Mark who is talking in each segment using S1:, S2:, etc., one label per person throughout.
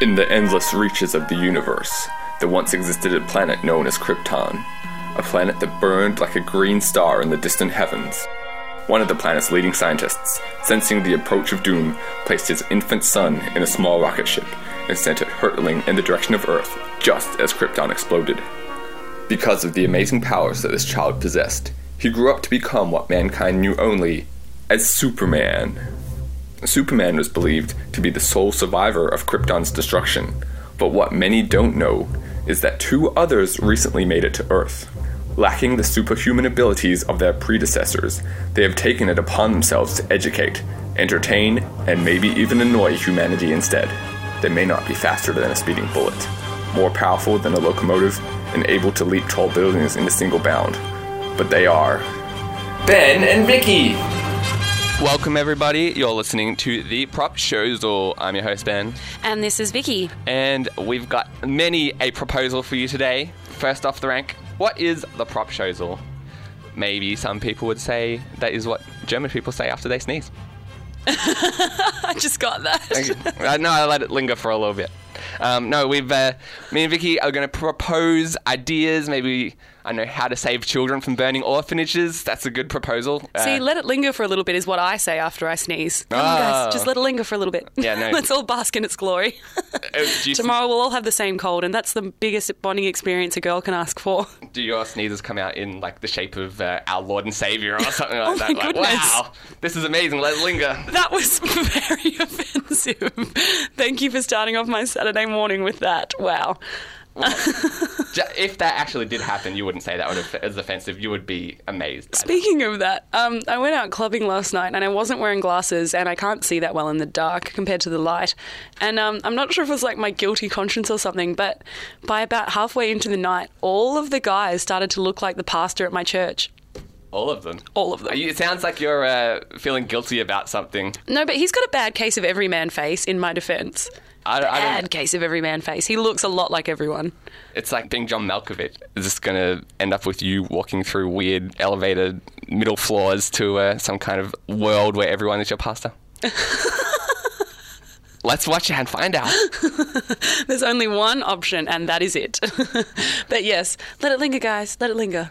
S1: In the endless reaches of the universe, there once existed a planet known as Krypton, a planet that burned like a green star in the distant heavens. One of the planet's leading scientists, sensing the approach of doom, placed his infant son in a small rocket ship and sent it hurtling in the direction of Earth just as Krypton exploded. Because of the amazing powers that this child possessed, he grew up to become what mankind knew only as Superman. Superman was believed to be the sole survivor of Krypton's destruction, but what many don't know is that two others recently made it to Earth. Lacking the superhuman abilities of their predecessors, they have taken it upon themselves to educate, entertain, and maybe even annoy humanity instead. They may not be faster than a speeding bullet, more powerful than a locomotive, and able to leap tall buildings in a single bound, but they are Ben and Vicky. Welcome, everybody. You're listening to the Prop Showzall. I'm your host, Ben,
S2: And this is Vicky.
S1: and we've got many a proposal for you today. First off the rank, what is the Prop Showzall? Maybe some people would say that is what German people say after they sneeze.
S2: I just got that.
S1: I know I Uh, let it linger for a little bit. Um, no, we've uh, me and Vicky are going to propose ideas. Maybe I know how to save children from burning orphanages. That's a good proposal. Uh,
S2: See, let it linger for a little bit is what I say after I sneeze. Come on,
S1: Oh.
S2: guys, just let it linger for a little bit.
S1: Yeah, no.
S2: Let's all bask in its glory.
S1: uh, do, you,
S2: Tomorrow we'll all have the same cold, and that's the biggest bonding experience a girl can ask for.
S1: do your sneezes come out in like the shape of uh, our Lord and Savior or something like
S2: Oh
S1: that?
S2: my
S1: Like,
S2: goodness.
S1: wow, this is amazing. Let it linger.
S2: That was very offensive. Thank you for starting off my Saturday morning with that. Wow.
S1: Ju- If that actually did happen, you wouldn't say that would have, as offensive. You would be amazed. by that.
S2: Speaking of that, um, I went out clubbing last night and I wasn't wearing glasses and I can't see that well in the dark compared to the light. And um, I'm not sure if it was like my guilty conscience or something, but by about halfway into the night, all of the guys started to look like the pastor at my church.
S1: All of them.
S2: All of them.
S1: You- It sounds like you're uh, feeling guilty about something.
S2: No, but he's got a bad case of every man face, in my defense.
S1: I, I don't,
S2: Bad case of every man face. He looks a lot like everyone.
S1: It's like being John Malkovich. Is this going to end up with you walking through weird elevator middle floors to uh, some kind of world where everyone is your pastor? Let's watch it and find out.
S2: There's only one option, and that is it. but yes, let it linger, guys. Let it linger.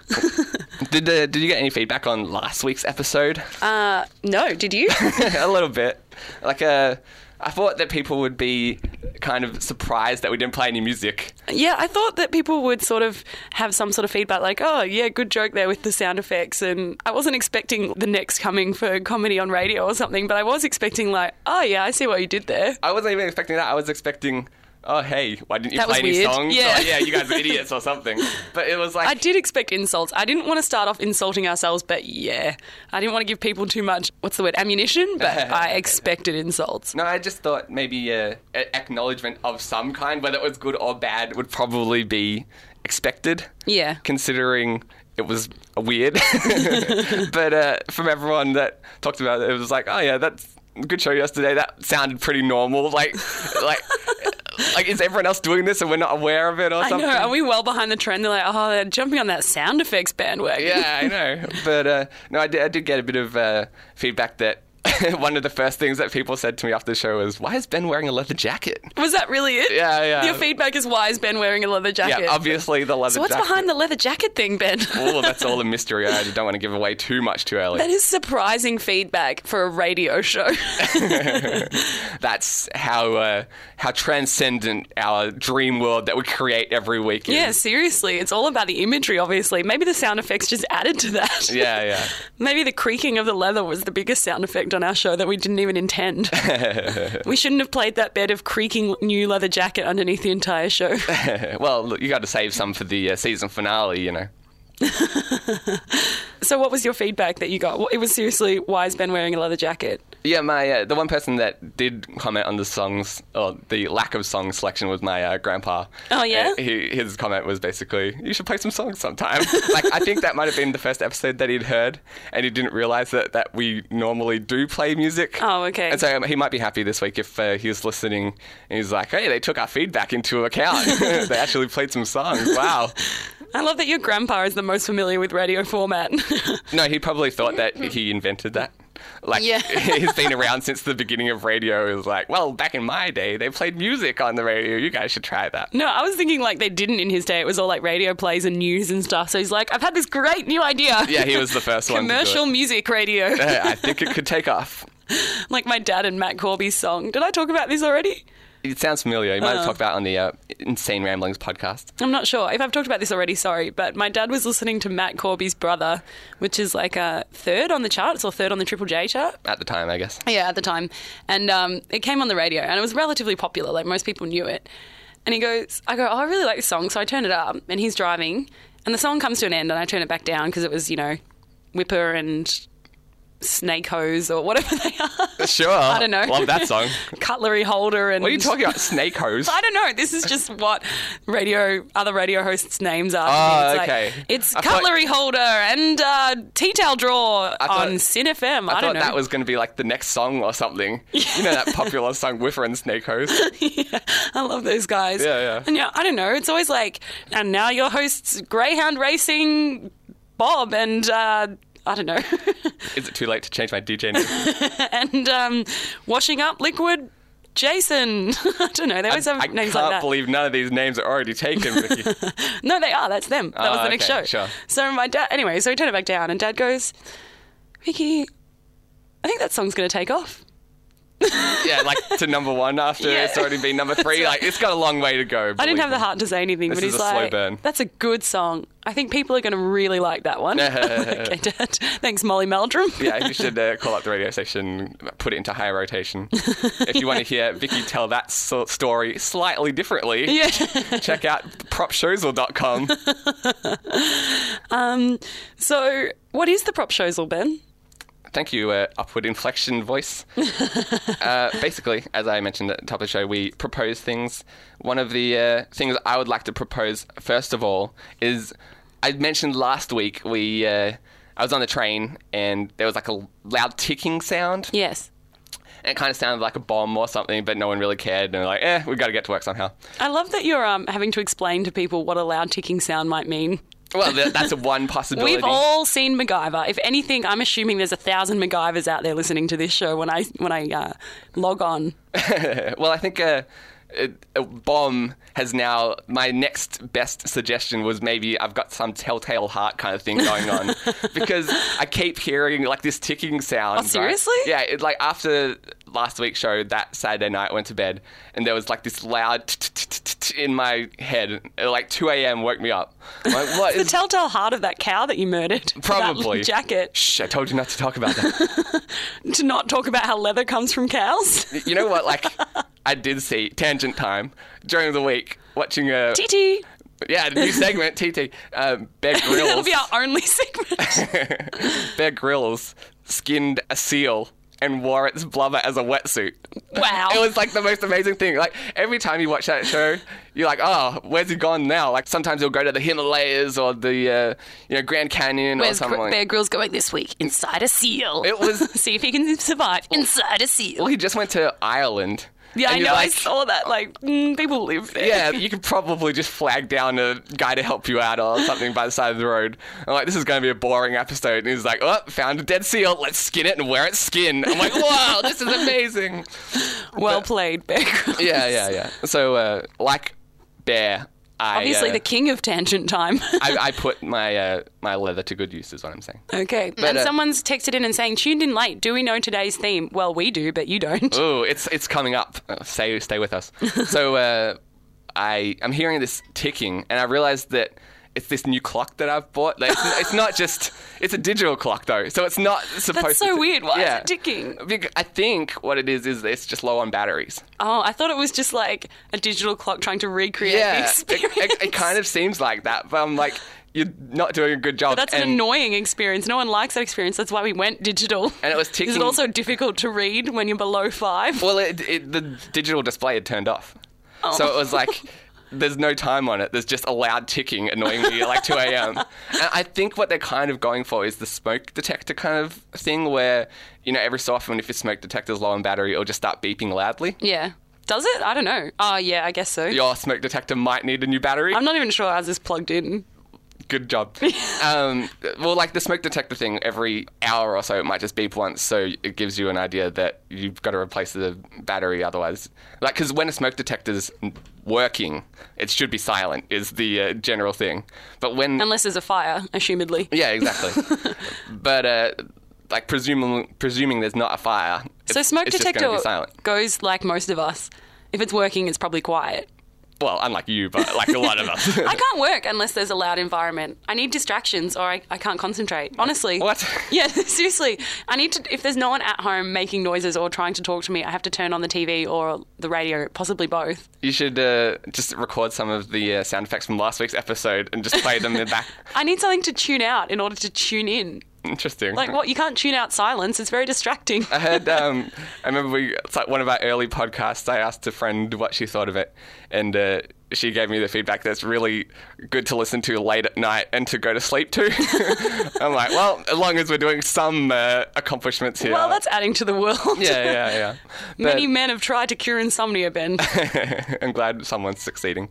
S1: Did uh, Did you get any feedback on last week's episode?
S2: Uh, no, did you?
S1: a little bit. Like uh, I thought that people would be kind of surprised that we didn't play any music.
S2: Yeah, I thought that people would sort of have some sort of feedback like, oh, yeah, good joke there with the sound effects. And I wasn't expecting the next coming for comedy on radio or something, but I was expecting, like, oh, yeah, I see what you did there.
S1: I wasn't even expecting that. I was expecting. Oh hey, why didn't you
S2: That
S1: play
S2: was
S1: any
S2: weird.
S1: songs?
S2: Yeah.
S1: Or, yeah, you guys are idiots or something. But it was like
S2: I did expect insults. I didn't want to start off insulting ourselves, but yeah, I didn't want to give people too much, what's the word, ammunition, but I expected insults.
S1: No, I just thought maybe uh, a- acknowledgement of some kind, whether it was good or bad, would probably be expected.
S2: Yeah.
S1: Considering it was weird. but uh, from everyone that talked about it, it was like, oh, yeah, that's a good show yesterday. That sounded pretty normal. Like, like. Like is everyone else doing this and we're not aware of it or
S2: I
S1: something?
S2: know, are we well behind the trend? They're like, oh, they're jumping on that sound effects bandwagon.
S1: Yeah, I know. But uh, no, I did, I did get a bit of uh, feedback that one of the first things that people said to me after the show was, "Why is Ben wearing a leather jacket?"
S2: Was that really it?
S1: Yeah, yeah.
S2: Your feedback is why is Ben wearing a leather jacket?
S1: Yeah, obviously the leather
S2: So what's
S1: jacket.
S2: behind the leather jacket thing, Ben?
S1: Oh, that's all a mystery. I don't want to give away too much too early.
S2: That is surprising feedback for a radio show.
S1: That's how uh, how transcendent our dream world that we create every week is.
S2: yeah, seriously, it's all about the imagery, obviously. Maybe the sound effects just added to that.
S1: Yeah, yeah.
S2: Maybe the creaking of the leather was the biggest sound effect on our show that we didn't even intend. we shouldn't have played that bed of creaking new leather jacket underneath the entire show.
S1: Well, look, you got to save some for the uh, season finale, you know.
S2: so, what was your feedback that you got? It was seriously, why is Ben wearing a leather jacket?
S1: Yeah, my uh, the one person that did comment on the songs or the lack of song selection was my uh, grandpa.
S2: Oh, yeah?
S1: Uh, he, his comment was basically, "You should play some songs sometime." like I think that might have been the first episode that he'd heard, and he didn't realize that that we normally do play music.
S2: Oh, okay.
S1: And so um, he might be happy this week if uh, he was listening and he's like, "Hey, they took our feedback into account. they actually played some songs. Wow."
S2: I love that your grandpa is the most familiar with radio format.
S1: No, he probably thought that he invented that. Like
S2: Hmm. Yeah.
S1: he's been around since the beginning of radio. Is like, well, back in my day, they played music on the radio. You guys should try that.
S2: No, I was thinking like they didn't in his day. It was all like radio plays and news and stuff. So he's like, I've had this great new idea.
S1: Yeah, he was the first one. to do it. Uh-huh.
S2: Commercial music radio.
S1: I think it could take off.
S2: like my dad and Matt Corby's song. Did I talk about this already?
S1: It sounds familiar. You might
S2: Uh-huh.
S1: have talked about it on the uh, Insane Ramblings podcast.
S2: I'm not sure. If I've talked about this already, sorry. But my dad was listening to Matt Corby's brother, which is like a third on the charts or third on the Triple J chart.
S1: At the time, I guess.
S2: Yeah, at the time. And um, it came on the radio and it was relatively popular. Like most people knew it. And he goes, I go, oh, I really like this song. So I turn it up and he's driving and the song comes to an end and I turn it back down because it was, you know, Whipper and Snake Hose or whatever they are.
S1: Sure.
S2: I don't know.
S1: Love that song.
S2: Cutlery holder and.
S1: What are you talking about? Snake hose?
S2: I don't know. This is just what radio other radio hosts' names are.
S1: Oh,
S2: it's like,
S1: okay.
S2: it's
S1: I thought-
S2: cutlery holder and uh, tea towel drawer
S1: thought-
S2: on Sin FM. I, don't
S1: I thought
S2: know.
S1: that was going to be like the next song or something. You know that popular song, Whiffer and Snake Hose?
S2: I love those guys.
S1: Yeah, yeah.
S2: And yeah, I don't know. It's always like, and now your hosts Greyhound Racing, Bob, and uh, I don't know,
S1: Is it too late to change my DJ name?
S2: and um, washing up liquid. Jason, I don't know. They always have
S1: I
S2: names
S1: can't
S2: like that.
S1: believe none of these names are already taken, Vicky.
S2: No, they are. That's them. That was
S1: Ah,
S2: the next
S1: okay,
S2: show.
S1: sure.
S2: So my dad, anyway, so we turn it back down, and dad goes, Vicky, I think that song's going to take off.
S1: yeah, like to number one after
S2: Yeah.
S1: it's already been number three. Like, it's got a long way to go.
S2: I didn't have the heart to say anything, but
S1: is
S2: he's
S1: a slow
S2: like,
S1: burn.
S2: "That's a good song. I think people are going to really like that one." okay, dad. Thanks, Molly Meldrum.
S1: Yeah, you should uh, call up the radio station, put it into high rotation. If you want to hear Vicky tell that so- story slightly differently,
S2: Yeah.
S1: check out propshowsel.com.
S2: So, what is the prop showsel, Ben?
S1: Thank you, uh, upward inflection voice. uh, basically, as I mentioned at the top of the show, we propose things. One of the uh, things I would like to propose, first of all, is I mentioned last week we uh, I was on the train and there was like a loud ticking sound.
S2: Yes,
S1: And it kind of sounded like a bomb or something, but no one really cared. And they're like, eh, we've got to get to work somehow.
S2: I love that you're um, having to explain to people what a loud ticking sound might mean.
S1: Well, th- that's a one possibility.
S2: We've all seen MacGyver. If anything, I'm assuming there's a thousand MacGyvers out there listening to this show when I when I uh, log on.
S1: well, I think uh, a, a bomb has now. My next best suggestion was maybe I've got some telltale heart kind of thing going on because I keep hearing like this ticking sound. right?
S2: seriously?
S1: Yeah, it, like after last week's show, that Saturday night, I went to bed and there was like this loud t- t- t- t- t- in my head. At, like 2 a.m. woke me up. I'm like, what
S2: The
S1: is.
S2: telltale heart of that cow that you murdered. for that
S1: Probably.
S2: jacket.
S1: Shh, I told you not to talk about that.
S2: To not talk about how leather comes from cows.
S1: you know what? Like, I did see tangent time during the week watching a
S2: TT.
S1: yeah the new segment TT um, Bear
S2: That'll
S1: Grylls
S2: be our only segment.
S1: Bear Grylls skinned a seal and wore its blubber as a wetsuit.
S2: Wow.
S1: It was like the most amazing thing. Like every time you watch that show, you're like, oh, where's he gone now? Like sometimes he'll go to the Himalayas or the uh, you know Grand Canyon or
S2: Where's
S1: something. like-
S2: Bear Grylls going this week? Inside a seal.
S1: It was-
S2: See if he can survive. Inside a seal.
S1: well, he just went to Ireland.
S2: Yeah,
S1: And
S2: I
S1: you're
S2: know. I
S1: like,
S2: saw that. Like, mm, people live there.
S1: yeah, you could probably just flag down a guy to help you out or something by the side of the road. I'm like, this is going to be a boring episode. And he's like, oh, found a dead seal. Let's skin it and wear its skin. I'm like, wow, this is amazing.
S2: Well played, Bear Grylls.
S1: Yeah, yeah, yeah. So, uh, like Bear, I,
S2: Obviously,
S1: uh,
S2: the king of tangent time.
S1: I, I put my uh, my leather to good use, is what I'm saying.
S2: okay. and
S1: uh,
S2: someone's texted in and saying, tuned in late. Do we know today's theme? Well, we do, but you don't.
S1: Oh, it's it's coming up. Uh, Stay stay with us. So uh, I I'm hearing this ticking, and I realized that it's this new clock that I've bought. Like, it's, it's not just it's a digital clock though, so it's not supposed.
S2: That's so
S1: to tick.
S2: weird. Why is
S1: Yeah.
S2: it ticking?
S1: Bec- I think what it is is it's just low on batteries.
S2: Oh, I thought it was just like a digital clock trying to recreate the
S1: it,
S2: experience.
S1: it, it kind of seems like that, but I'm like. You're not doing a good job.
S2: That's an
S1: and
S2: annoying experience. No one likes that experience. That's why we went digital.
S1: And it was
S2: Is
S1: ticking-
S2: it also difficult to read when you're below five?
S1: Well, it, it, the digital display had turned off. So it was like, there's no time on it. There's just a loud ticking annoying me at like 2 a.m. And I think what they're kind of going for is the smoke detector kind of thing where, you know, every so often if your smoke detector's low on battery, it'll just start beeping loudly.
S2: Yeah. Does it? I don't know. Oh, yeah, I guess so.
S1: Your smoke detector might need a new battery.
S2: I'm not even sure ours is plugged in.
S1: Good job. um, well, like the smoke detector thing, every hour or so it might just beep once, so it gives you an idea that you've got to replace the battery otherwise. Like, because when a smoke detector's working, it should be silent, is the uh, general thing. But when.
S2: Unless there's a fire, assumedly.
S1: yeah, exactly. but, uh, like, presuming, presuming there's not a fire.
S2: So
S1: it's-
S2: smoke
S1: it's just gonna
S2: detector
S1: be silent.
S2: goes like most of us. If it's working, it's probably quiet.
S1: Well, unlike you, but like a lot of us.
S2: I can't work unless there's a loud environment. I need distractions or I, I can't concentrate. Honestly.
S1: What?
S2: Yeah, seriously. I need to, if there's no one at home making noises or trying to talk to me, I have to turn on the TV or the radio, possibly both.
S1: You should uh, just record some of the uh, sound effects from last week's episode and just play them in back.
S2: I need something to tune out in order to tune in.
S1: Interesting.
S2: Like, what? You can't tune out silence. It's very distracting.
S1: I heard. Um, I remember we. It's like one of our early podcasts. I asked a friend what she thought of it, and uh, she gave me the feedback that's really good to listen to late at night and to go to sleep to. I'm like, well, as long as we're doing some uh, accomplishments here.
S2: Well, that's adding to the world.
S1: yeah, yeah, yeah. But-
S2: Many men have tried to cure insomnia, Ben.
S1: I'm glad someone's succeeding.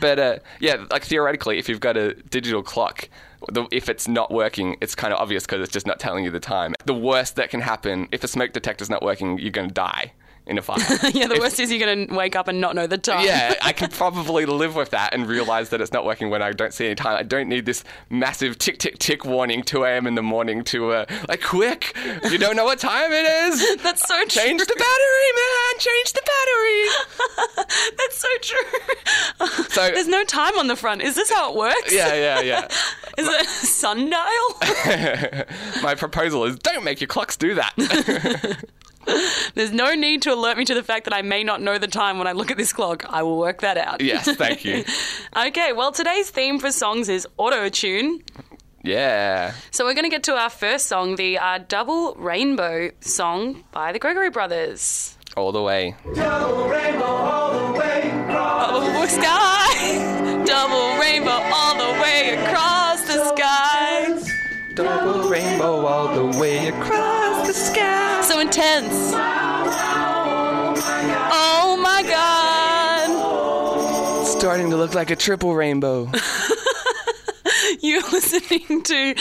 S1: but uh, yeah, like theoretically, if you've got a digital clock, the, if it's not working, it's kind of obvious because it's just not telling you the time. The worst that can happen if a smoke detector's not working, you're going to die in a fire.
S2: yeah, the
S1: If-
S2: worst is you're going to wake up and not know the time.
S1: Yeah, I can probably live with that and realize that it's not working when I don't see any time. I don't need this massive tick, tick, tick warning, 2 a.m. in the morning to, uh, like, quick, you don't know what time it is.
S2: That's so true.
S1: Change the battery, man! Change the battery!
S2: That's so true.
S1: So-
S2: There's no time on the front. Is this how it works?
S1: Yeah, yeah, yeah.
S2: Is it a sundial?
S1: My proposal is don't make your clocks do that.
S2: There's no need to alert me to the fact that I may not know the time when I look at this clock. I will work that out.
S1: yes, thank you.
S2: Okay, well, today's theme for songs is auto tune.
S1: Yeah.
S2: So we're going to get to our first song, the uh, Double Rainbow song by the Gregory Brothers.
S1: All the way.
S3: Double rainbow all the way across.
S2: Double sky, double rainbow all the way across the sky.
S1: Double rainbow all the way across the sky.
S2: So intense. Oh my god.
S1: Starting to look like a triple rainbow.
S2: You're listening to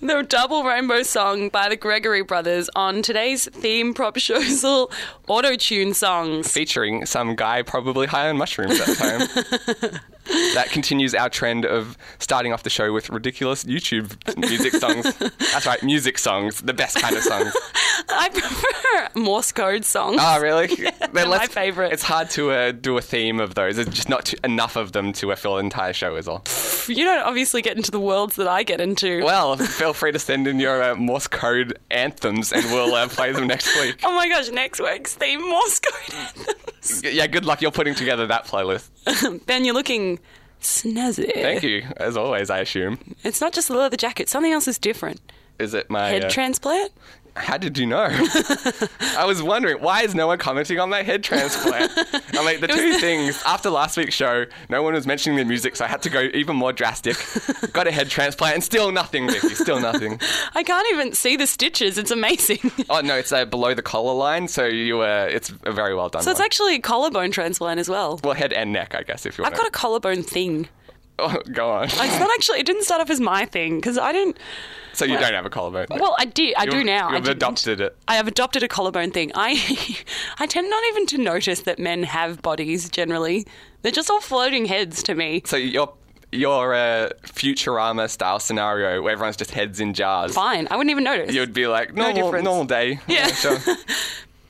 S2: the Double Rainbow song by the Gregory Brothers on today's theme proposal auto tune songs.
S1: Featuring some guy probably high on mushrooms at the time. that continues our trend of starting off the show with ridiculous YouTube music songs. That's right, music songs, the best kind of songs.
S2: I prefer Morse code songs.
S1: Oh, really?
S2: they're my
S1: less-
S2: favourite.
S1: It's hard to uh, do a theme of those. There's just not t- enough of them to uh, fill an entire show, is all.
S2: you don't obviously get into the worlds that I get into.
S1: Well, feel free to send in your uh, Morse code anthems, and we'll uh, play them next week.
S2: Oh my gosh, next week's theme Morse code anthems.
S1: Yeah, good luck. You're putting together that playlist.
S2: Ben, you're looking snazzy.
S1: Thank you, as always. I assume.
S2: It's not just the leather jacket, something else is different.
S1: Is it my
S2: Head
S1: uh,
S2: transplant?
S1: How did you know? I was wondering why is no one commenting on my head transplant? I'm like the
S2: was
S1: two
S2: the-
S1: things after last week's show, no one was mentioning the music, so I had to go even more drastic. Got a head transplant, and still nothing, Vicky. Still nothing.
S2: I can't even see the stitches. It's amazing. so
S1: Oh no, it's uh, below the collar line, so you uh, it's a very well done.
S2: it's
S1: one.
S2: actually a collarbone transplant as well.
S1: well, head and neck, I guess, if you want.
S2: I've got a collarbone thing.
S1: Oh, go on.
S2: It's not actually. It didn't start off as my thing because I didn't.
S1: So you don't have a collarbone.
S2: Well, I did. I do now. I
S1: You've
S2: didn't.
S1: adopted it.
S2: I have adopted a collarbone thing. I, I tend not even to notice that men have bodies. Generally, they're just all floating heads to me.
S1: So your your uh, Futurama style scenario where everyone's just heads in jars.
S2: Fine, I wouldn't even notice.
S1: You'd be like normal
S2: difference.
S1: normal day.
S2: Yeah.
S1: sure.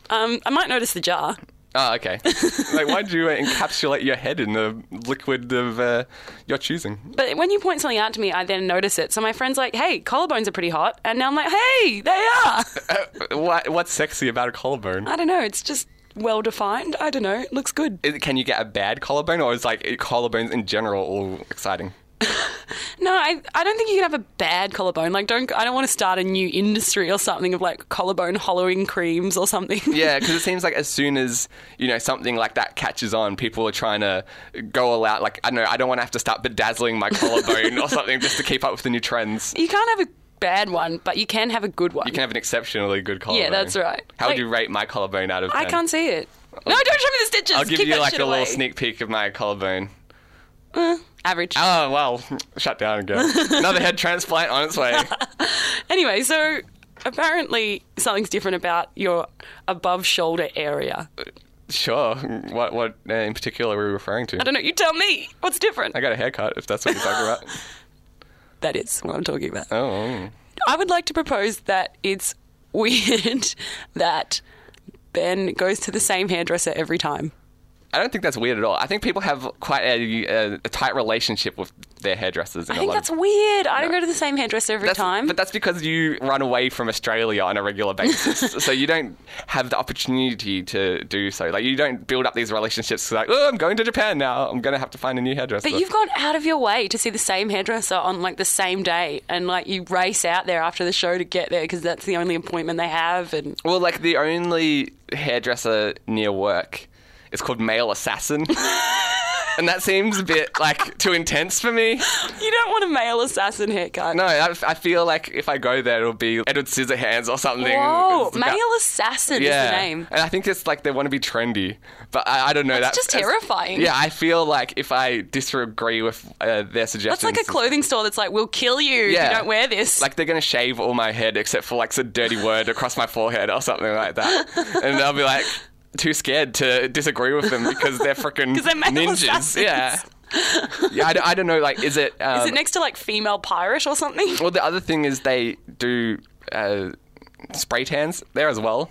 S2: Um, I might notice the jar.
S1: oh, okay. like why do you uh, encapsulate your head in the liquid of uh, your choosing?
S2: But when you point something out to me, I then notice it. So my friend's like, "Hey, collarbones are pretty hot," and now I'm like, "Hey, they are."
S1: What what's sexy about a collarbone?
S2: I don't know. It's just well defined. I don't know. It looks good.
S1: Is- Can you get a bad collarbone, or is like collarbones in general all exciting?
S2: No, I, I don't think you can have a bad collarbone. Like, don't I don't want to start a new industry or something of like collarbone hollowing creams or something.
S1: Yeah, because it seems like as soon as you know something like that catches on, people are trying to go all out. Like I don't know, I don't want to have to start bedazzling my collarbone or something just to keep up with the new trends.
S2: You can't have a bad one, but you can have a good one.
S1: You can have an exceptionally good collarbone.
S2: that's right.
S1: How
S2: Like-
S1: would you rate my collarbone out of? 10?
S2: I can't see it. No, don't show me the stitches.
S1: I'll give
S2: Keep
S1: you
S2: that
S1: like
S2: shit
S1: a
S2: away.
S1: little sneak peek of my collarbone.
S2: Average.
S1: Oh, well, shut down again. Another head transplant on its way.
S2: Anyway, so apparently something's different about your above shoulder area.
S1: Sure. What what uh, in particular were we referring to?
S2: I don't know. You tell me. What's different?
S1: I got a haircut, if that's what you're talking about.
S2: That is what I'm talking about.
S1: Oh,
S2: I would like to propose that it's weird that Ben goes to the same hairdresser every time.
S1: I don't think that's weird at all. I think people have quite a, a, a tight relationship with their hairdressers. In
S2: I
S1: a
S2: think
S1: lot
S2: that's
S1: of,
S2: weird. I don't go to the same hairdresser every
S1: That's-
S2: time.
S1: But that's because you run away from Australia on a regular basis, so you don't have the opportunity to do so. Like you don't build up these relationships. Like, oh, I'm going to Japan now. I'm going to have to find a new hairdresser.
S2: But you've gone out of your way to see the same hairdresser on like the same day, and like you race out there after the show to get there because that's the only appointment they have. And
S1: Well, like the only hairdresser near work is called Male Assassin. and that seems a bit like too intense for me.
S2: you don't want a male assassin haircut.
S1: No, I, I feel like if I go there, it'll be Edward Scissorhands or something.
S2: Whoa,
S1: It's about-
S2: male assassin is the name.
S1: And I think it's like they want to be trendy, but I, I don't know.
S2: That's just
S1: that-
S2: terrifying.
S1: Yeah, I feel like if I disagree with uh, their
S2: That's
S1: suggestions,
S2: like a clothing store that's like, we'll kill you if
S1: Yeah.
S2: you don't wear this.
S1: like they're gonna shave all my head except for like a dirty word across my forehead or something like that, and I'll be like too scared to disagree with them because they're freaking
S2: 'Cause they're male
S1: ninjas.
S2: assassins.
S1: Yeah, yeah. I don't, I don't know. Like, is it? Um,
S2: is it next to like female pirate or something?
S1: well, the other thing is they do uh, spray tans there as well.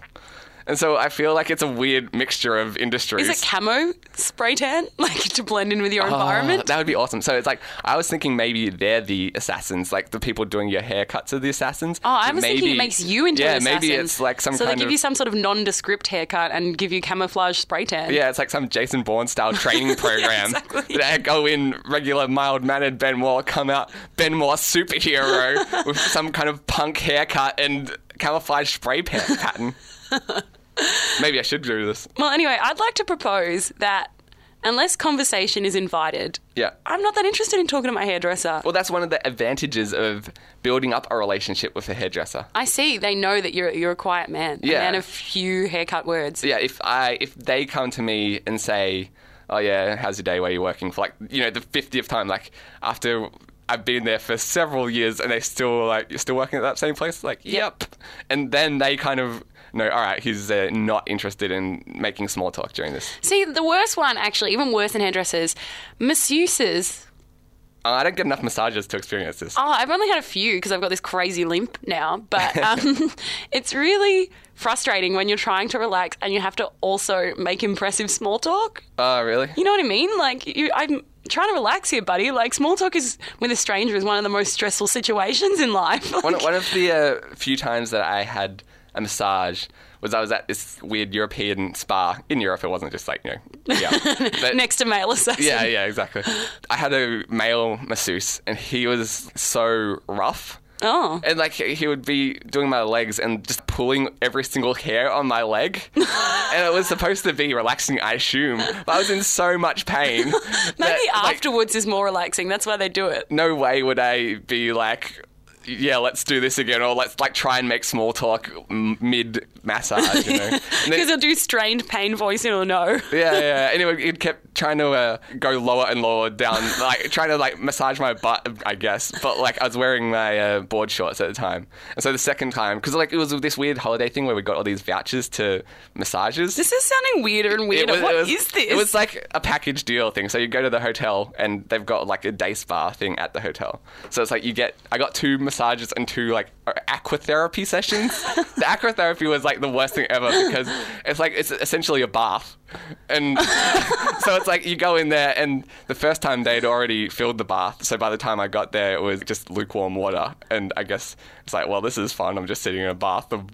S1: And so I feel like it's a weird mixture of industries.
S2: Is it camo spray tan, like to blend in with your
S1: Oh,
S2: environment?
S1: that would be awesome. So it's like I was thinking maybe they're the assassins, like the people doing your haircuts are the assassins.
S2: Oh, I was thinking it makes you into
S1: yeah,
S2: an
S1: maybe
S2: assassin.
S1: it's like some
S2: so
S1: kind
S2: they give
S1: of
S2: you some sort of nondescript haircut and give you camouflage spray tan.
S1: yeah, it's like some Jason Bourne style training program.
S2: exactly.
S1: That I go in regular, mild mannered Ben Moore, come out Ben Moore superhero with some kind of punk haircut and camouflage spray pa- pattern. maybe I should do this.
S2: Well, anyway, I'd like to propose that unless conversation is invited,
S1: Yeah.
S2: I'm not that interested in talking to my hairdresser.
S1: Well, that's one of the advantages of building up a relationship with a hairdresser.
S2: I see they know that you're you're a quiet man,
S1: Yeah.
S2: a man of few haircut words.
S1: yeah, if I if they come to me and say, "Oh yeah, how's your day? Where are you working?" for like you know the fiftieth time, like after I've been there for several years and they still like you're still working at that same place, like yep, and then they kind of know, all right, he's uh, not interested in making small talk during this.
S2: See, the worst one actually, even worse than hairdressers, masseuses.
S1: Uh, I don't get enough massages to experience this.
S2: Oh, I've only had a few because I've got this crazy limp now, but um, it's really frustrating when you're trying to relax and you have to also make impressive small talk.
S1: Oh really?
S2: You know what I mean? Like, you, I'm trying to relax here, buddy. Like, small talk is with a stranger is one of the most stressful situations in life.
S1: One,
S2: Like,
S1: one of the uh, few times that I had a massage was I was at this weird European spa in Europe. It wasn't just like you know, yeah, but
S2: next to male assassin.
S1: Yeah, yeah, exactly. I had a male masseuse, and he was so rough.
S2: Oh.
S1: And like he would be doing my legs and just pulling every single hair on my leg, and it was supposed to be relaxing, I assume. But I was in so much pain.
S2: Maybe
S1: that, like,
S2: afterwards is more relaxing. That's why they do it.
S1: no way would I be like, yeah, let's do this again, or let's like try and make small talk mid massage, you know? And then-
S2: Because they'll do strained pain voice and it'll know.
S1: Yeah, yeah. Anyway, it kept trying to uh, go lower and lower down, like trying to like massage my butt, I guess. But like I was wearing my uh, board shorts at the time, and so the second time, because like it was this weird holiday thing where we got all these vouchers to massages.
S2: This is sounding weirder and
S1: It
S2: weirder. What
S1: was-
S2: is
S1: it was-
S2: this?
S1: It was like a package deal thing. So you go to the hotel and they've got like a day spa thing at the hotel. So it's like you get I got two massages and two like uh, aquatherapy sessions. the aquatherapy was like the worst thing ever because it's like it's essentially a bath. And so it's like you go in there and the first time they'd already filled the bath. So by the time I got there it was just lukewarm water and I guess it's like well this is fun. I'm just sitting in a bath of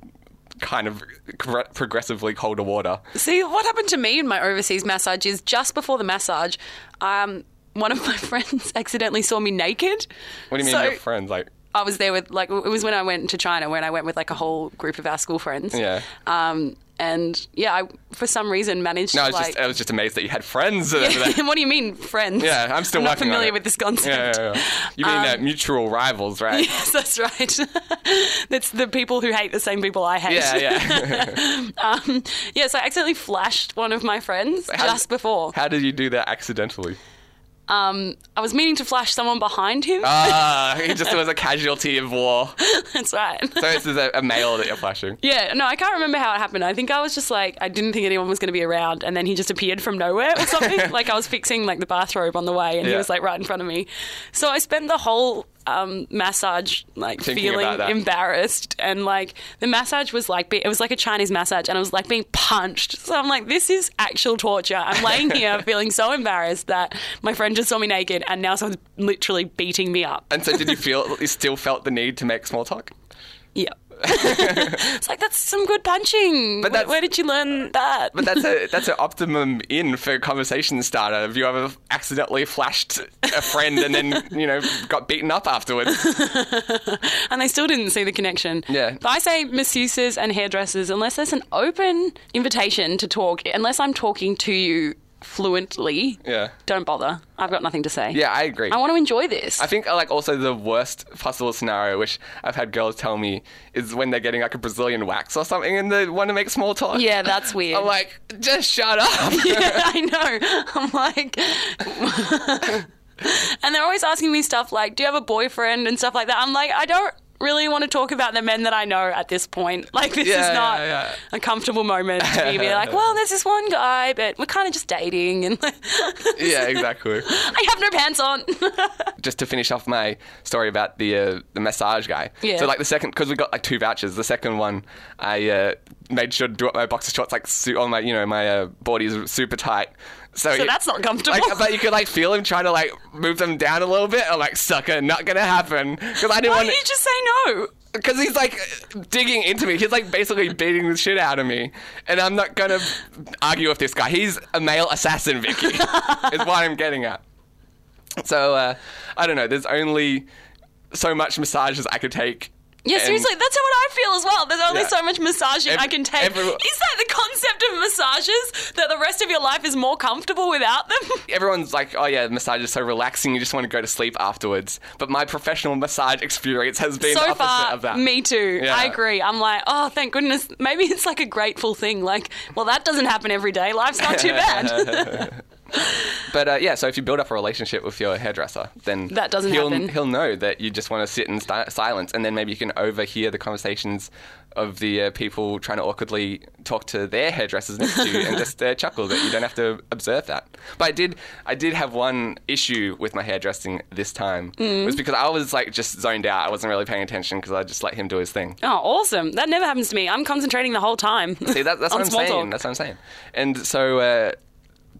S1: kind of cor- progressively colder water.
S2: See, what happened to me in my overseas massage is just before the massage, um, one of my friends accidentally saw me naked.
S1: What do you mean
S2: So
S1: your friends? Like,
S2: I was there with like it was when I went to China when I went with like a whole group of our school friends.
S1: Yeah.
S2: Um, and yeah, I for some reason managed
S1: no, I
S2: to
S1: was
S2: like.
S1: just I was just amazed that you had friends. over there.
S2: what do you mean, friends?
S1: Yeah, I'm still
S2: not
S1: working on
S2: familiar
S1: it.
S2: with this concept.
S1: Yeah, yeah, yeah. You mean
S2: Um,
S1: uh, mutual rivals, right?
S2: Yes, that's right. that's the people who hate the same people I hate.
S1: Yeah, yeah.
S2: um, yeah, so I accidentally flashed one of my friends
S1: How-
S2: just before.
S1: How did you do that accidentally?
S2: Um, I was meaning to flash someone behind him.
S1: Ah, he just was a casualty of war.
S2: That's right.
S1: So this is a, a male that you're flashing.
S2: Yeah, no, I can't remember how it happened. I think I was just like, I didn't think anyone was going to be around, and then he just appeared from nowhere or something. like I was fixing like the bathrobe on the way, and he
S1: Yeah.
S2: was like right in front of me. So I spent the whole um, massage like
S1: Thinking about
S2: feeling
S1: that.
S2: embarrassed, and like the massage was like be- it was like a Chinese massage, and I was like being punched. So I'm like, this is actual torture. I'm laying here feeling so embarrassed that my friend just saw me naked, and now someone's literally beating me up.
S1: And so did you feel, you still felt the need to make small talk?
S2: Yeah. it's like that's some good punching. Where-
S1: But that's-
S2: where, did you learn that?
S1: But that's a that's an optimum in for a conversation starter. Have you ever accidentally flashed a friend and then you know got beaten up afterwards?
S2: and they still didn't see the connection.
S1: Yeah.
S2: But I say masseuses and hairdressers unless there's an open invitation to talk. Unless I'm talking to you fluently.
S1: Yeah.
S2: Don't bother. I've got nothing to say.
S1: Yeah, I agree.
S2: I want to enjoy this.
S1: I think uh, like also the worst possible scenario, which I've had girls tell me, is when they're getting like a Brazilian wax or something and they want to make small talk.
S2: yeah, that's weird.
S1: I'm like, just shut up.
S2: yeah, I know. I'm like. and they're always asking me stuff like, do you have a boyfriend and stuff like that. I'm like, I don't really want to talk about the men that I know at this point. Like, this
S1: Yeah,
S2: is not
S1: yeah, yeah.
S2: a comfortable moment to be like, well, there's this one guy, but we're kind of just dating and
S1: yeah, exactly.
S2: I have no pants on.
S1: just to finish off my story about the uh, the massage guy.
S2: Yeah.
S1: So like the second, because we got like two vouchers. The second one, I uh, made sure to do up my boxer shorts like su- all my you know my uh, body is super tight. So,
S2: so
S1: it-
S2: that's not comfortable.
S1: Like, but you could like feel him trying to like move them down a little bit. I'm like, sucker, not gonna happen. Because I didn't
S2: Why
S1: want
S2: don't you just say no?
S1: because he's like digging into me. He's like basically beating the shit out of me, and I'm not gonna argue with this guy. He's a male assassin, Vicky. is what I'm getting at. So uh, I don't know. There's only so much massages I could take.
S2: Yeah,
S1: And-
S2: seriously, that's how what I feel as well. There's only
S1: Yeah.
S2: so much massaging
S1: Ev-
S2: I can take.
S1: every-
S2: is that the concept of massages? That the rest of your life is more comfortable without them?
S1: Everyone's like, "Oh yeah, massage is so relaxing. You just want to go to sleep afterwards." But my professional massage experience has been the
S2: so
S1: opposite
S2: far,
S1: of that.
S2: me too.
S1: Yeah.
S2: I agree. I'm like, oh, thank goodness. Maybe it's like a grateful thing. Like, well, that doesn't happen every day. Life's not too bad.
S1: But uh, yeah, so if you build up a relationship with your hairdresser, then
S2: That doesn't
S1: he'll,
S2: happen.
S1: He'll know that you just want to sit in sti- silence, and then maybe you can overhear the conversations of the uh, people trying to awkwardly talk to their hairdressers next to you, and just uh, chuckle that you don't have to observe that. But I did, I did have one issue with my hairdressing this time.
S2: Mm.
S1: It was because I was like just zoned out. I wasn't really paying attention because I just let him do his thing.
S2: oh, awesome. That never happens to me. I'm concentrating the whole time.
S1: See, that, that's
S2: on
S1: what I'm
S2: small
S1: saying.
S2: talk.
S1: That's what I'm saying. And so uh,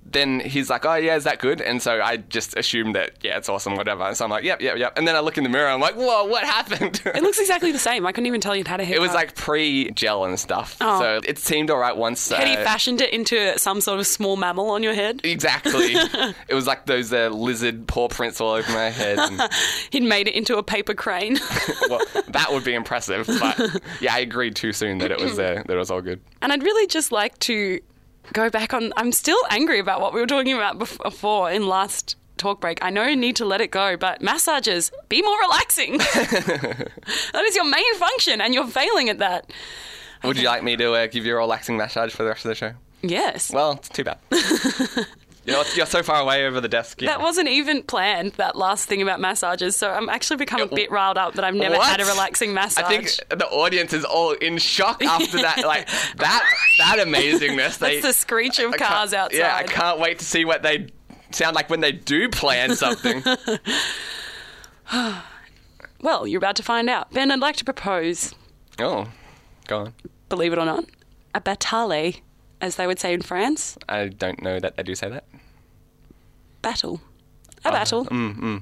S1: then he's like, "Oh yeah, is that good?" And so I just assumed that yeah, it's awesome, whatever. And so I'm like, "Yep, yep, yep." And then I look in the mirror, I'm like, "Whoa, what happened?"
S2: It looks exactly the same. I couldn't even tell you'd had a haircut.
S1: It was like pre gel and stuff,
S2: Oh.
S1: so it seemed all right once.
S2: Had he
S1: uh,
S2: fashioned it into some sort of small mammal on your head?
S1: Exactly. it was like those uh, lizard paw prints all over my head. And,
S2: He'd made it into a paper crane.
S1: well, that would be impressive. But yeah, I agreed too soon that it was uh, that it was all good.
S2: And I'd really just like to go back on. I'm still angry about what we were talking about bef- before in last talk break. I know you need to let it go, but massages, be more relaxing. that is your main function, and you're failing at that.
S1: Would you like me to uh, give you a relaxing massage for the rest of the show?
S2: Yes.
S1: Well, it's too bad. you know, you're so far away over the desk. you
S2: that
S1: know.
S2: wasn't even planned, that last thing about massages. So I'm actually become a bit riled up that I've never
S1: What?
S2: had a relaxing massage.
S1: I think the audience is all in shock after that. Like that, that amazingness. They,
S2: it's the screech of
S1: I can't-
S2: cars outside.
S1: Yeah, I can't wait to see what they sound like when they do plan something.
S2: Well, you're about to find out. Ben, I'd like to propose
S1: oh, go on.
S2: believe it or not, a battle, as they would say in France,
S1: I don't know that they do say that.
S2: battle. A battle.
S1: Mm,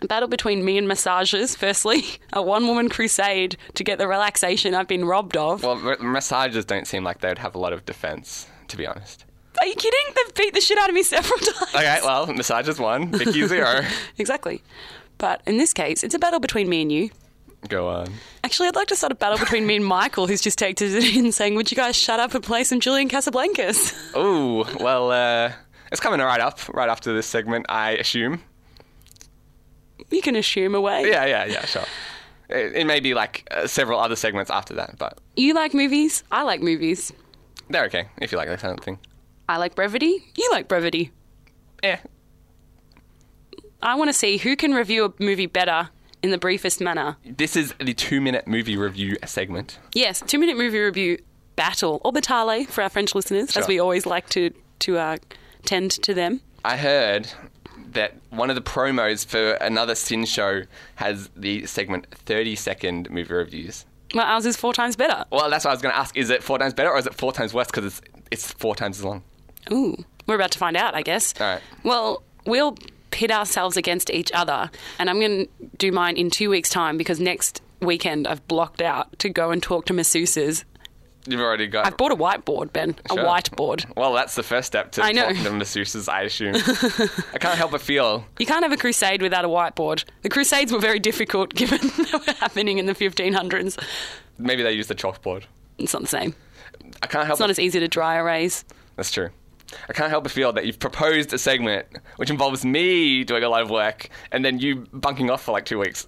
S2: A battle between me and massages, firstly. A one woman crusade to get the relaxation I've been robbed of.
S1: Well, r- massages don't seem like they'd have a lot of defense, to be honest.
S2: Are you kidding? They've beat the shit out of me several times.
S1: Okay, well, massages one, Vicky zero.
S2: Exactly. But in this case, it's a battle between me and you.
S1: go on.
S2: Actually, I'd like to start a battle between me and Michael, who's just texted it in saying, Would you guys shut up and play some Julian Casablancas?
S1: Oh, well, uh, it's coming right up, right after this segment, I assume.
S2: You can assume away.
S1: Yeah, yeah, yeah, sure. It, it may be like uh, several other segments after that, but
S2: You like movies. I like movies.
S1: they're okay if you like that kind of thing.
S2: I like brevity. You like brevity.
S1: Yeah.
S2: I want to see who can review a movie better in the briefest manner.
S1: This is the two minute movie review segment.
S2: Yes, two minute movie review battle or battle eh, for our French listeners, as
S1: Sure.
S2: we always like to to uh, tend to them.
S1: I heard that one of the promos for another Sin show has the segment 30 second movie reviews.
S2: Well, ours is four times better.
S1: Well, that's what I was going to ask. Is it four times better or is it four times worse? Because it's, it's four times as long.
S2: Ooh, we're about to find out, I guess.
S1: All right.
S2: Well, we'll pit ourselves against each other, and I'm going to do mine in two weeks' time because next weekend I've blocked out to go and talk to masseuses.
S1: You've already got.
S2: I've bought a whiteboard, Ben.
S1: Sure.
S2: A whiteboard.
S1: well, that's the first step to
S2: I know.
S1: talking to masseuses, I assume. I can't help but feel
S2: You can't have a crusade without a whiteboard. The crusades were very difficult given they were happening in the 1500s.
S1: maybe they use the chalkboard.
S2: It's not the same.
S1: I can't help
S2: It's not
S1: but
S2: as easy to dry erase.
S1: That's true. I can't help but feel that you've proposed a segment which involves me doing a lot of work and then you bunking off for like two weeks.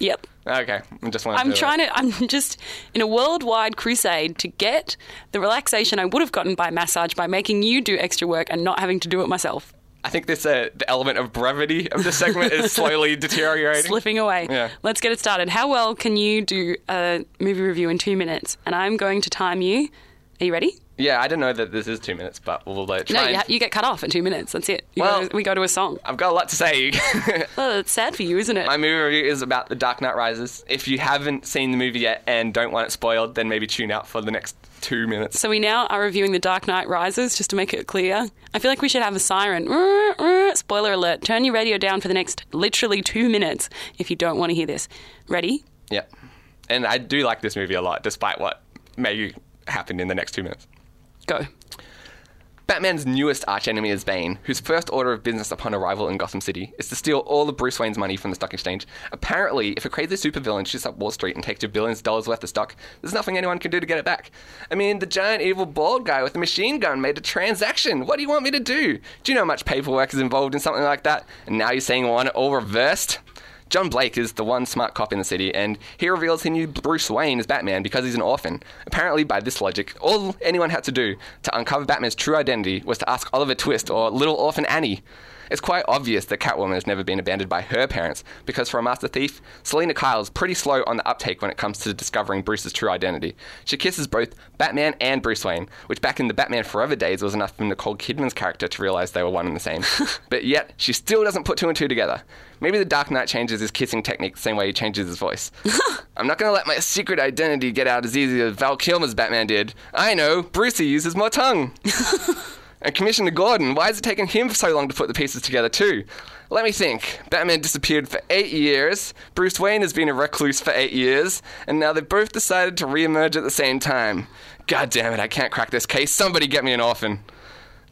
S2: Yep.
S1: Okay, I just want.
S2: I'm trying to, I'm just in a worldwide crusade to get the relaxation I would have gotten by massage by making you do extra work and not having to do it myself.
S1: I think this uh, the element of brevity of this segment is slowly deteriorating.
S2: Slipping away.
S1: Yeah.
S2: Let's get it started. How well can you do a movie review in two minutes? And I'm going to time you. Are you ready?
S1: Yeah, I don't know that this is two minutes, but we'll uh, try.
S2: No, you,
S1: and-
S2: ha- you get cut off at two minutes. That's it. You
S1: Well-
S2: go to- we go to a song.
S1: I've got a lot to say.
S2: Oh, that's sad for you, isn't it?
S1: My movie review is about The Dark Knight Rises. If you haven't seen the movie yet and don't want it spoiled, then maybe tune out for the next two minutes.
S2: So we now are reviewing The Dark Knight Rises, just to make it clear. I feel like we should have a siren. Rrr, rrr. Spoiler alert. Turn your radio down for the next literally two minutes if you don't want to hear this. Ready?
S1: Yep. And I do like this movie a lot, despite what may happen in the next two minutes.
S2: Go.
S1: Batman's newest archenemy is Bane, whose first order of business upon arrival in Gotham City is to steal all of Bruce Wayne's money from the stock exchange. Apparently, if a crazy supervillain shoots up Wall Street and takes your billions of dollars worth of stock, there's nothing anyone can do to get it back. I mean, the giant evil bald guy with a machine gun made a transaction. What do you want me to do? Do you know how much paperwork is involved in something like that? And now you're saying I want it all reversed? John Blake is the one smart cop in the city, and he reveals he knew Bruce Wayne as Batman because he's an orphan. Apparently, by this logic, all anyone had to do to uncover Batman's true identity was to ask Oliver Twist or Little Orphan Annie. It's quite obvious that Catwoman has never been abandoned by her parents, because for a master thief, Selena Kyle is pretty slow on the uptake when it comes to discovering Bruce's true identity. She kisses both Batman and Bruce Wayne, which back in the Batman Forever days was enough for Nicole Kidman's character to realize they were one and the same. but yet, she still doesn't put two and two together. Maybe the Dark Knight changes his kissing technique the same way he changes his voice. I'm not going to let my secret identity get out as easy as Val Kilmer's Batman did. I know, Brucey uses more tongue. And Commissioner Gordon, why has it taken him so long to put the pieces together, too? Let me think. Batman disappeared for eight years, Bruce Wayne has been a recluse for eight years, and now they've both decided to reemerge at the same time. God damn it, I can't crack this case. Somebody get me an orphan.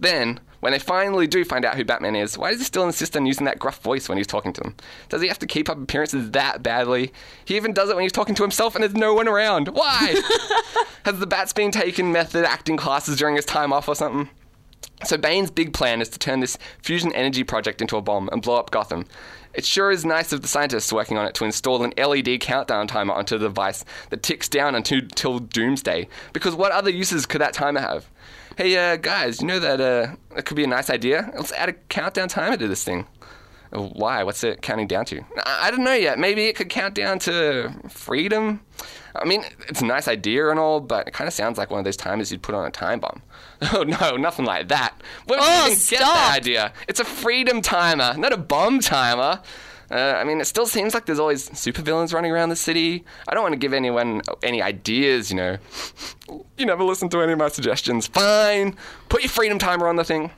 S1: Then, when they finally do find out who Batman is, why does he still insist on using that gruff voice when he's talking to them? Does he have to keep up appearances that badly? He even does it when he's talking to himself and there's no one around. Why? Has the Bats been taking method acting classes during his time off or something? So Bane's big plan is to turn this fusion energy project into a bomb and blow up Gotham. It sure is nice of the scientists working on it to install an LED countdown timer onto the device that ticks down until till doomsday, because what other uses could that timer have? Hey, uh, guys, you know that uh, that could be a nice idea? Let's add a countdown timer to this thing. Oh, Why? What's it counting down to? I I don't know yet. Maybe it could count down to freedom. I mean, it's a nice idea and all, but it kind of sounds like one of those timers you'd put on a time bomb. Oh no, nothing like that. Where
S2: Oh,
S1: did you even get that
S2: stop.
S1: idea? It's a freedom timer, not a bomb timer. Uh, I mean, it still seems like there's always supervillains running around the city. I don't want to give anyone any ideas, you know. You never listen to any of my suggestions. Fine, put your freedom timer on the thing.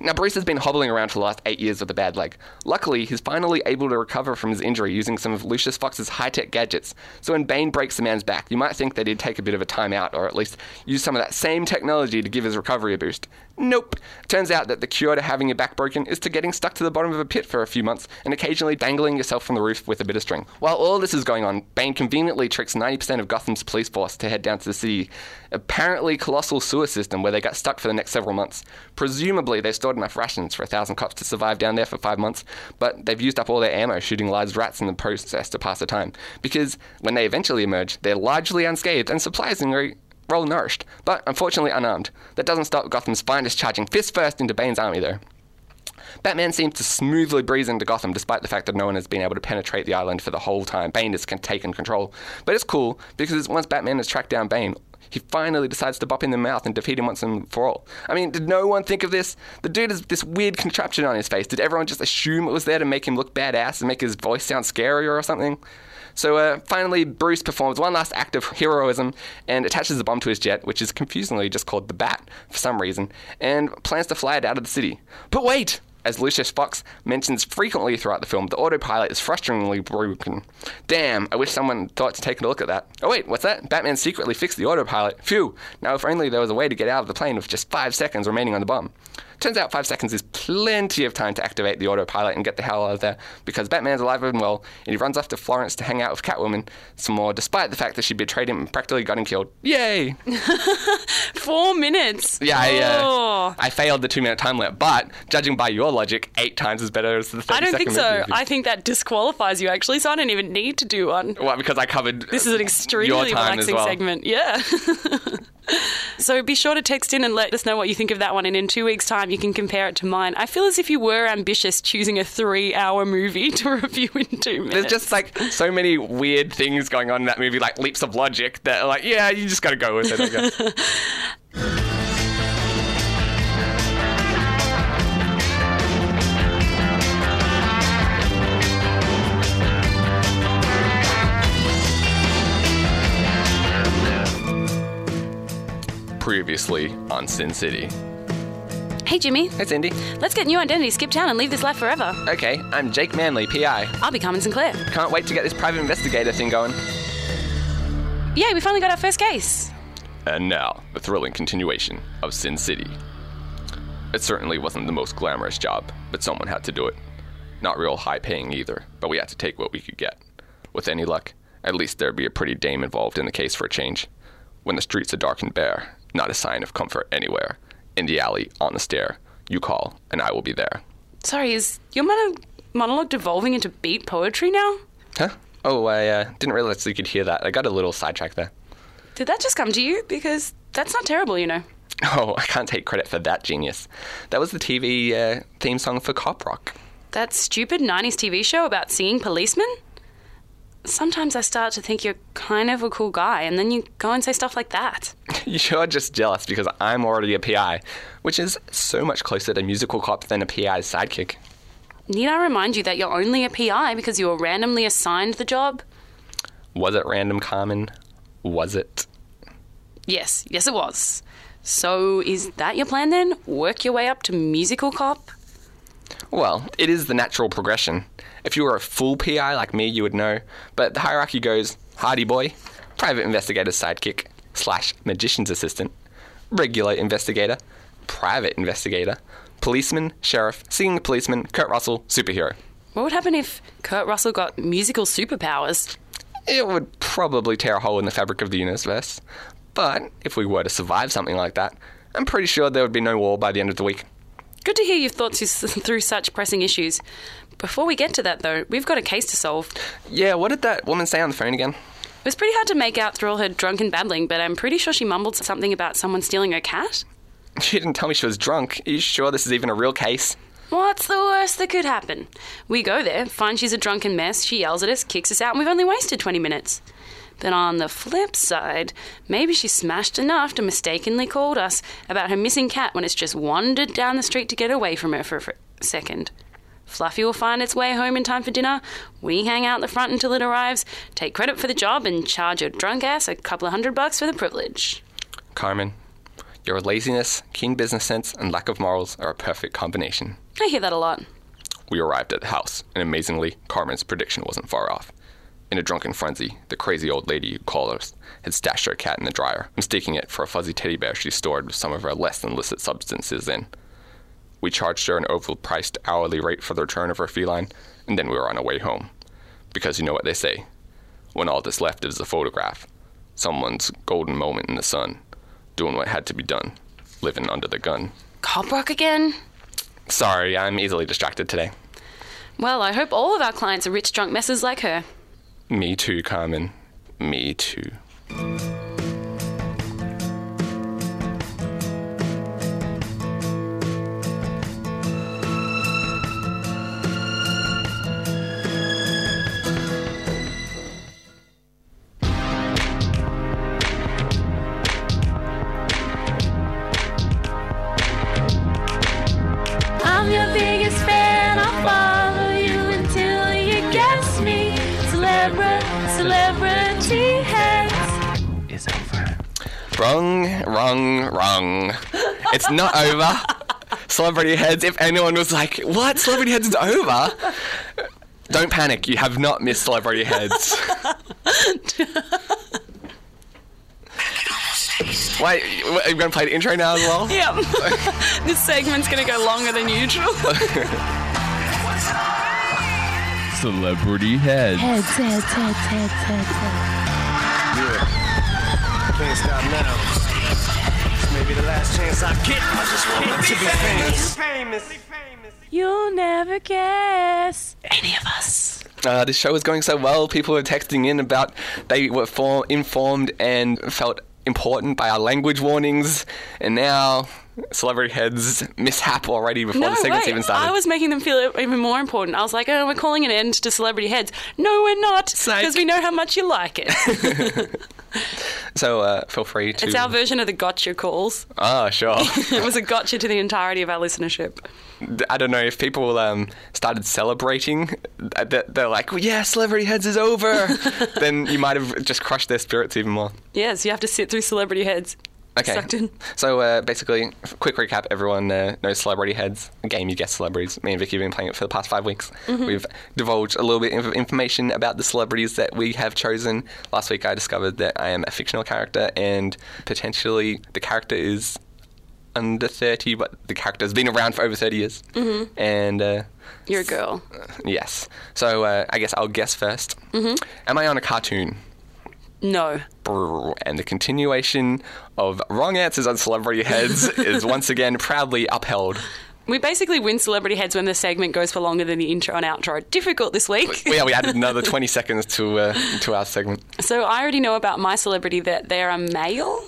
S1: Now, Bruce has been hobbling around for the last eight years with a bad leg. Luckily, he's finally able to recover from his injury using some of Lucius Fox's high tech gadgets. So, when Bane breaks the man's back, you might think that he'd take a bit of a time out or at least use some of that same technology to give his recovery a boost. Nope. Turns out that the cure to having your back broken is to getting stuck to the bottom of a pit for a few months and occasionally dangling yourself from the roof with a bit of string. While all this is going on, Bane conveniently tricks 90% of Gotham's police force to head down to the city, apparently colossal sewer system where they got stuck for the next several months. Presumably, they stored enough rations for a thousand cops to survive down there for five months, but they've used up all their ammo shooting large rats in the process to pass the time. Because when they eventually emerge, they're largely unscathed and surprisingly well nourished, but unfortunately unarmed. That doesn't stop Gotham's finest charging fist first into Bane's army, though. Batman seems to smoothly breeze into Gotham despite the fact that no one has been able to penetrate the island for the whole time. Bane has can- taken control. But it's cool because once Batman has tracked down Bane, he finally decides to bop him in the mouth and defeat him once and for all. I mean, did no one think of this? The dude has this weird contraption on his face. Did everyone just assume it was there to make him look badass and make his voice sound scarier or something? So uh, finally, Bruce performs one last act of heroism and attaches a bomb to his jet, which is confusingly just called the Bat for some reason, and plans to fly it out of the city. But wait! As Lucius Fox mentions frequently throughout the film, the autopilot is frustratingly broken. Damn, I wish someone thought to take a look at that. Oh, wait, what's that? Batman secretly fixed the autopilot. Phew, now if only there was a way to get out of the plane with just five seconds remaining on the bomb. Turns out five seconds is plenty of time to activate the autopilot and get the hell out of there because Batman's alive and well, and he runs off to Florence to hang out with Catwoman some more, despite the fact that she betrayed him and practically got him killed. Yay!
S2: Four minutes.
S1: Yeah, I, uh,
S2: Oh.
S1: I failed the two minute time limit, but judging by your logic, eight times is better as the 30
S2: I don't think
S1: second
S2: so.
S1: movie.
S2: I think that disqualifies you actually, so I don't even need to do one.
S1: well, because I covered
S2: This is an extremely relaxing segment. Yeah. so be sure to text in and let us know what you think of that one. And in two weeks' time, you can compare it to mine. I feel as if you were ambitious choosing a three hour movie to review in two minutes.
S1: There's just like so many weird things going on in that movie, like leaps of logic that are like, yeah, you just gotta go with it. I guess. Previously on Sin City.
S2: Hey, Jimmy,
S1: Hey, Cindy.
S2: let's get new identity, skip town, and leave this life forever.
S1: Okay, I'm Jake Manley, PI.
S2: I'll be Carmen Sinclair.
S1: Can't wait to get this private investigator thing going.
S2: Yay, we finally got our first case.
S1: And now, the thrilling continuation of Sin City. It certainly wasn't the most glamorous job, but someone had to do it. Not real high paying either, but we had to take what we could get. With any luck, at least there'd be a pretty dame involved in the case for a change. When the streets are dark and bare, not a sign of comfort anywhere. In the alley, on the stair, you call, and I will be there.
S2: Sorry, is your mono- monologue devolving into beat poetry now?
S1: Huh? Oh, I uh, didn't realize you could hear that. I got a little sidetracked there.
S2: Did that just come to you? Because that's not terrible, you know.
S1: Oh, I can't take credit for that genius. That was the TV uh, theme song for Cop Rock.
S2: That stupid 90s TV show about seeing policemen? Sometimes I start to think you're kind of a cool guy, and then you go and say stuff like that.
S1: You're just jealous because I'm already a PI, which is so much closer to musical cop than a PI's sidekick.
S2: Need I remind you that you're only a PI because you were randomly assigned the job?
S1: Was it random common? Was it?
S2: Yes, yes, it was. So, is that your plan then? Work your way up to musical cop?
S1: Well, it is the natural progression. If you were a full PI like me, you would know, but the hierarchy goes Hardy Boy, Private Investigator's Sidekick, slash Magician's Assistant, Regular Investigator, Private Investigator, Policeman, Sheriff, Singing Policeman, Kurt Russell, Superhero.
S2: What would happen if Kurt Russell got musical superpowers?
S1: it would probably tear a hole in the fabric of the universe. But if we were to survive something like that, I'm pretty sure there would be no war by the end of the week.
S2: Good to hear your thoughts is- through such pressing issues. Before we get to that, though, we've got a case to solve.
S1: Yeah, what did that woman say on the phone again?
S2: It was pretty hard to make out through all her drunken babbling, but I'm pretty sure she mumbled something about someone stealing her cat.
S1: She didn't tell me she was drunk. Are you sure this is even a real case?
S2: What's the worst that could happen? We go there, find she's a drunken mess, she yells at us, kicks us out, and we've only wasted 20 minutes. But on the flip side, maybe she smashed enough to mistakenly called us about her missing cat when it's just wandered down the street to get away from her for a fr- second. Fluffy will find its way home in time for dinner. We hang out the front until it arrives, take credit for the job, and charge your drunk ass a couple of hundred bucks for the privilege.
S1: Carmen, your laziness, keen business sense, and lack of morals are a perfect combination.
S2: I hear that a lot.
S1: We arrived at the house, and amazingly, Carmen's prediction wasn't far off. In a drunken frenzy, the crazy old lady who called us had stashed her cat in the dryer, mistaking it for a fuzzy teddy bear she stored with some of her less than illicit substances in. We charged her an overpriced hourly rate for the return of her feline, and then we were on our way home. Because you know what they say when all that's left is a photograph, someone's golden moment in the sun, doing what had to be done, living under the gun.
S2: Cop rock again?
S1: Sorry, I'm easily distracted today.
S2: Well, I hope all of our clients are rich drunk messes like her.
S1: Me too, Carmen. Me too. Wrong, wrong, wrong. It's not over. Celebrity Heads, if anyone was like, what? Celebrity Heads is over? Don't panic. You have not missed Celebrity Heads. Wait, are you going to play the intro now as well?
S2: Yep. this segment's going to go longer than usual.
S4: Celebrity head.
S5: Heads, heads, heads, heads, heads, heads.
S6: Can't stop now. This may be the last chance I get. I just want to be famous.
S5: You'll never guess.
S2: Any of us.
S1: Uh, this show was going so well. People were texting in about they were for- informed and felt important by our language warnings. And now, celebrity heads mishap already before the segment's
S2: way.
S1: even started.
S2: I was making them feel even more important. I was like, oh, we're calling an end to celebrity heads. No, we're not.
S1: Psych.
S2: Because we know how much you like it.
S1: so uh, feel free to.
S2: it's our version of the gotcha calls.
S1: Ah, sure.
S2: It was a gotcha to the entirety of our listenership.
S1: I don't know if people um, started celebrating. uh, They're they're like, well, "Yeah, celebrity heads is over." then you might have just crushed their spirits even more.
S2: Yes, you have to sit through celebrity heads.
S1: Okay.
S2: Sucked in.
S1: So uh, basically, f- quick recap: everyone uh, knows Celebrity Heads, a game you guess celebrities. Me and Vicky have been playing it for the past five weeks. We've divulged a little bit of information about the celebrities that we have chosen. Last week, I discovered that I am a fictional character, and potentially the character is under thirty, but the character has been around for over thirty years. Mm-hmm. And uh,
S2: You're a girl.
S1: yes, so uh, I guess I'll guess 1st Mm-hmm. Am I on a cartoon?
S2: No.
S1: Brrr. And the continuation of wrong answers on celebrity heads is once again proudly upheld.
S2: We basically win celebrity heads when the segment goes for longer than the intro and outro. Difficult this week.
S1: Well, yeah, we added another 20 seconds to uh, to our segment.
S2: So I already know about my celebrity that they're a male.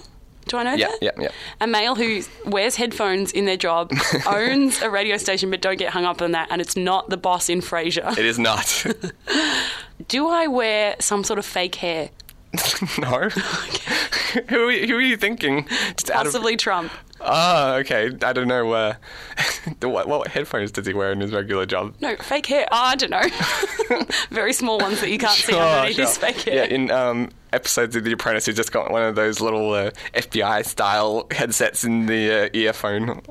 S2: Do I know
S1: Yeah,
S2: that?
S1: yeah, yeah.
S2: A male who wears headphones in their job, owns a radio station, but don't get hung up on that, and it's not the boss in Frasier.
S1: It is not.
S2: Do I wear some sort of fake hair?
S1: no. who, are you- who are you thinking? Just out of-
S2: Possibly Trump.
S1: Ah, okay. I don't know. Uh, what, what headphones does he wear in his regular job?
S2: No, fake hair. Oh, I don't know. Very small ones that you can't see underneath his fake hair.
S1: Yeah, in um, episodes of The Apprentice, he's just got one of those little uh, FBI style headsets in the uh, earphone.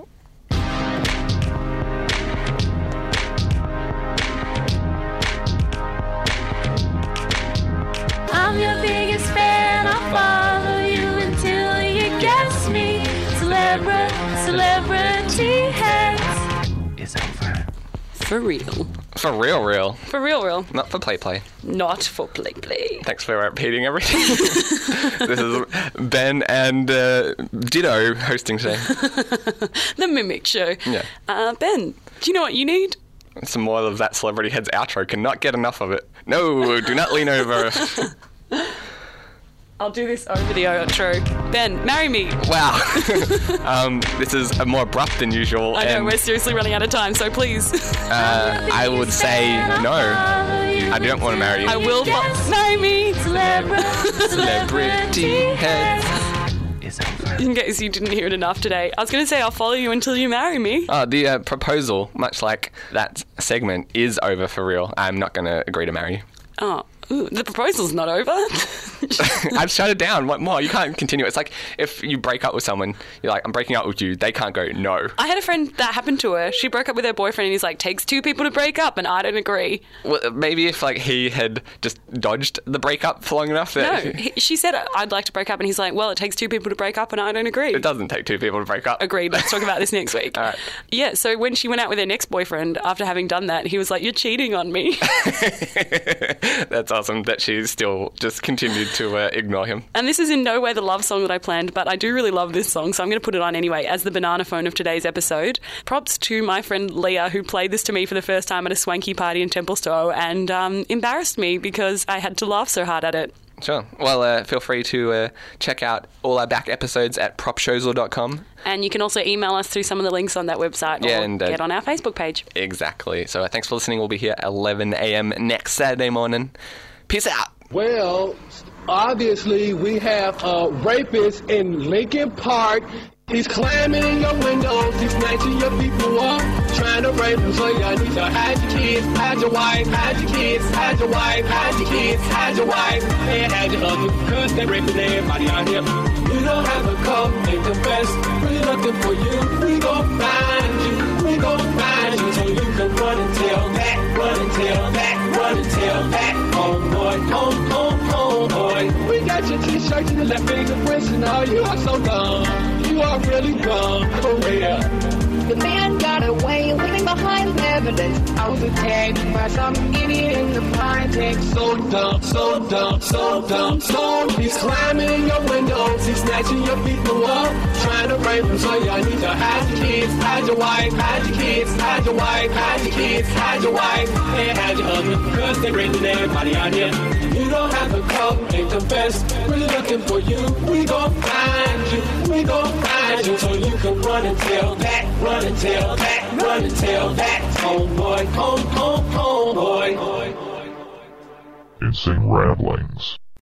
S5: I'm your biggest fan. I'll follow you until you guess me. Celebra, celebrity heads.
S2: For real.
S1: For real, real.
S2: For real, real.
S1: Not for play play.
S2: Not for play play.
S1: Thanks for repeating everything. this is Ben and uh, Ditto hosting today.
S2: The Mimic Show.
S1: Yeah.
S2: Uh, ben, do you know what you need?
S1: Some more of that celebrity heads outro. Cannot get enough of it. No, do not lean over.
S2: I'll do this over the outro. Ben, marry me.
S1: wow. um, this is more abrupt than usual.
S2: I know,
S1: and
S2: we're seriously running out of time, so please.
S1: uh, I would say no. I
S5: I
S1: don't want to marry you.
S2: I will Uh, fo-
S5: Yes.
S2: marry me.
S5: Celebra,
S1: Celebrity
S5: celebrity
S1: heads.
S5: heads.
S2: In case you didn't hear it enough today, I was going to say I'll follow you until you marry me.
S1: Uh, the uh, proposal, much like that segment, is over for real. I'm not going to agree to marry you.
S2: Oh, ooh, the proposal's not over.
S1: I've shut it down. What more? You can't continue. It's like if you break up with someone, you're like, I'm breaking up with you. They can't go, no.
S2: I had a friend that happened to her. She broke up with her boyfriend, and he's like, takes two people to break up, and I don't agree.
S1: Well, maybe if like he had just dodged the breakup for long enough
S2: No,
S1: that
S2: he, she said, I'd like to break up, and he's like, well, it takes two people to break up, and I don't agree.
S1: it doesn't take two people to break up.
S2: Agreed. Let's talk about this next week.
S1: All right.
S2: Yeah. So when she went out with her next boyfriend after having done that, he was like, "You're cheating on me,"
S1: That's awesome that she still just continued to uh, ignore him.
S2: and this is in no way the love song that I planned, but I do really love this song, so I'm going to put it on anyway as the banana phone of today's episode. Props to my friend Leah who played this to me for the first time at a swanky party in Templestowe and um, embarrassed me because I had to laugh so hard at it.
S1: Sure. Well, uh, feel free to uh, check out all our back episodes at propshosal.com.
S2: And you can also email us through some of the links on that website
S1: Yeah,
S2: or
S1: and, uh,
S2: get on our Facebook page.
S1: Exactly. So uh, thanks for listening. We'll be here 11 a.m. next Saturday morning. Peace out.
S7: Well, obviously, we have a rapist in Lincoln Park. He's climbing in your windows, he's snatching your people up, trying to rape them, so y'all need to hide your kids, hide your wife, hide your kids, hide your wife, hide your kids, hide your wife, and hide your husband, cause they raping everybody out here. You don't have to come and confess, we're looking for you, we gon' find you, we gon' find you, so you can run and tell that, run and tell that, run and tell that, oh boy, oh, oh, oh boy. We got your t-shirts and the left fingerprints and all, you are so dumb, you are really dumb, Oh, for real.
S8: The man got away, leaving behind evidence.
S7: I was attacked by some idiot in the fine tech. So dumb, so dumb, so dumb, so dumb. He's climbing your windows, he's snatching your people up, trying to rape them. So y'all need to hide your kids, hide your wife, hide your kids, hide your wife, hide your kids, hide your wife, and hide your husband, cause they're raping everybody out here. You don't have to come and confess. We're looking for you. We gon' find you. We gon' find you. So you can run and tell that, run and tell that, run and tell that. Homeboy, home, home, homeboy.
S9: Insane Ramblings.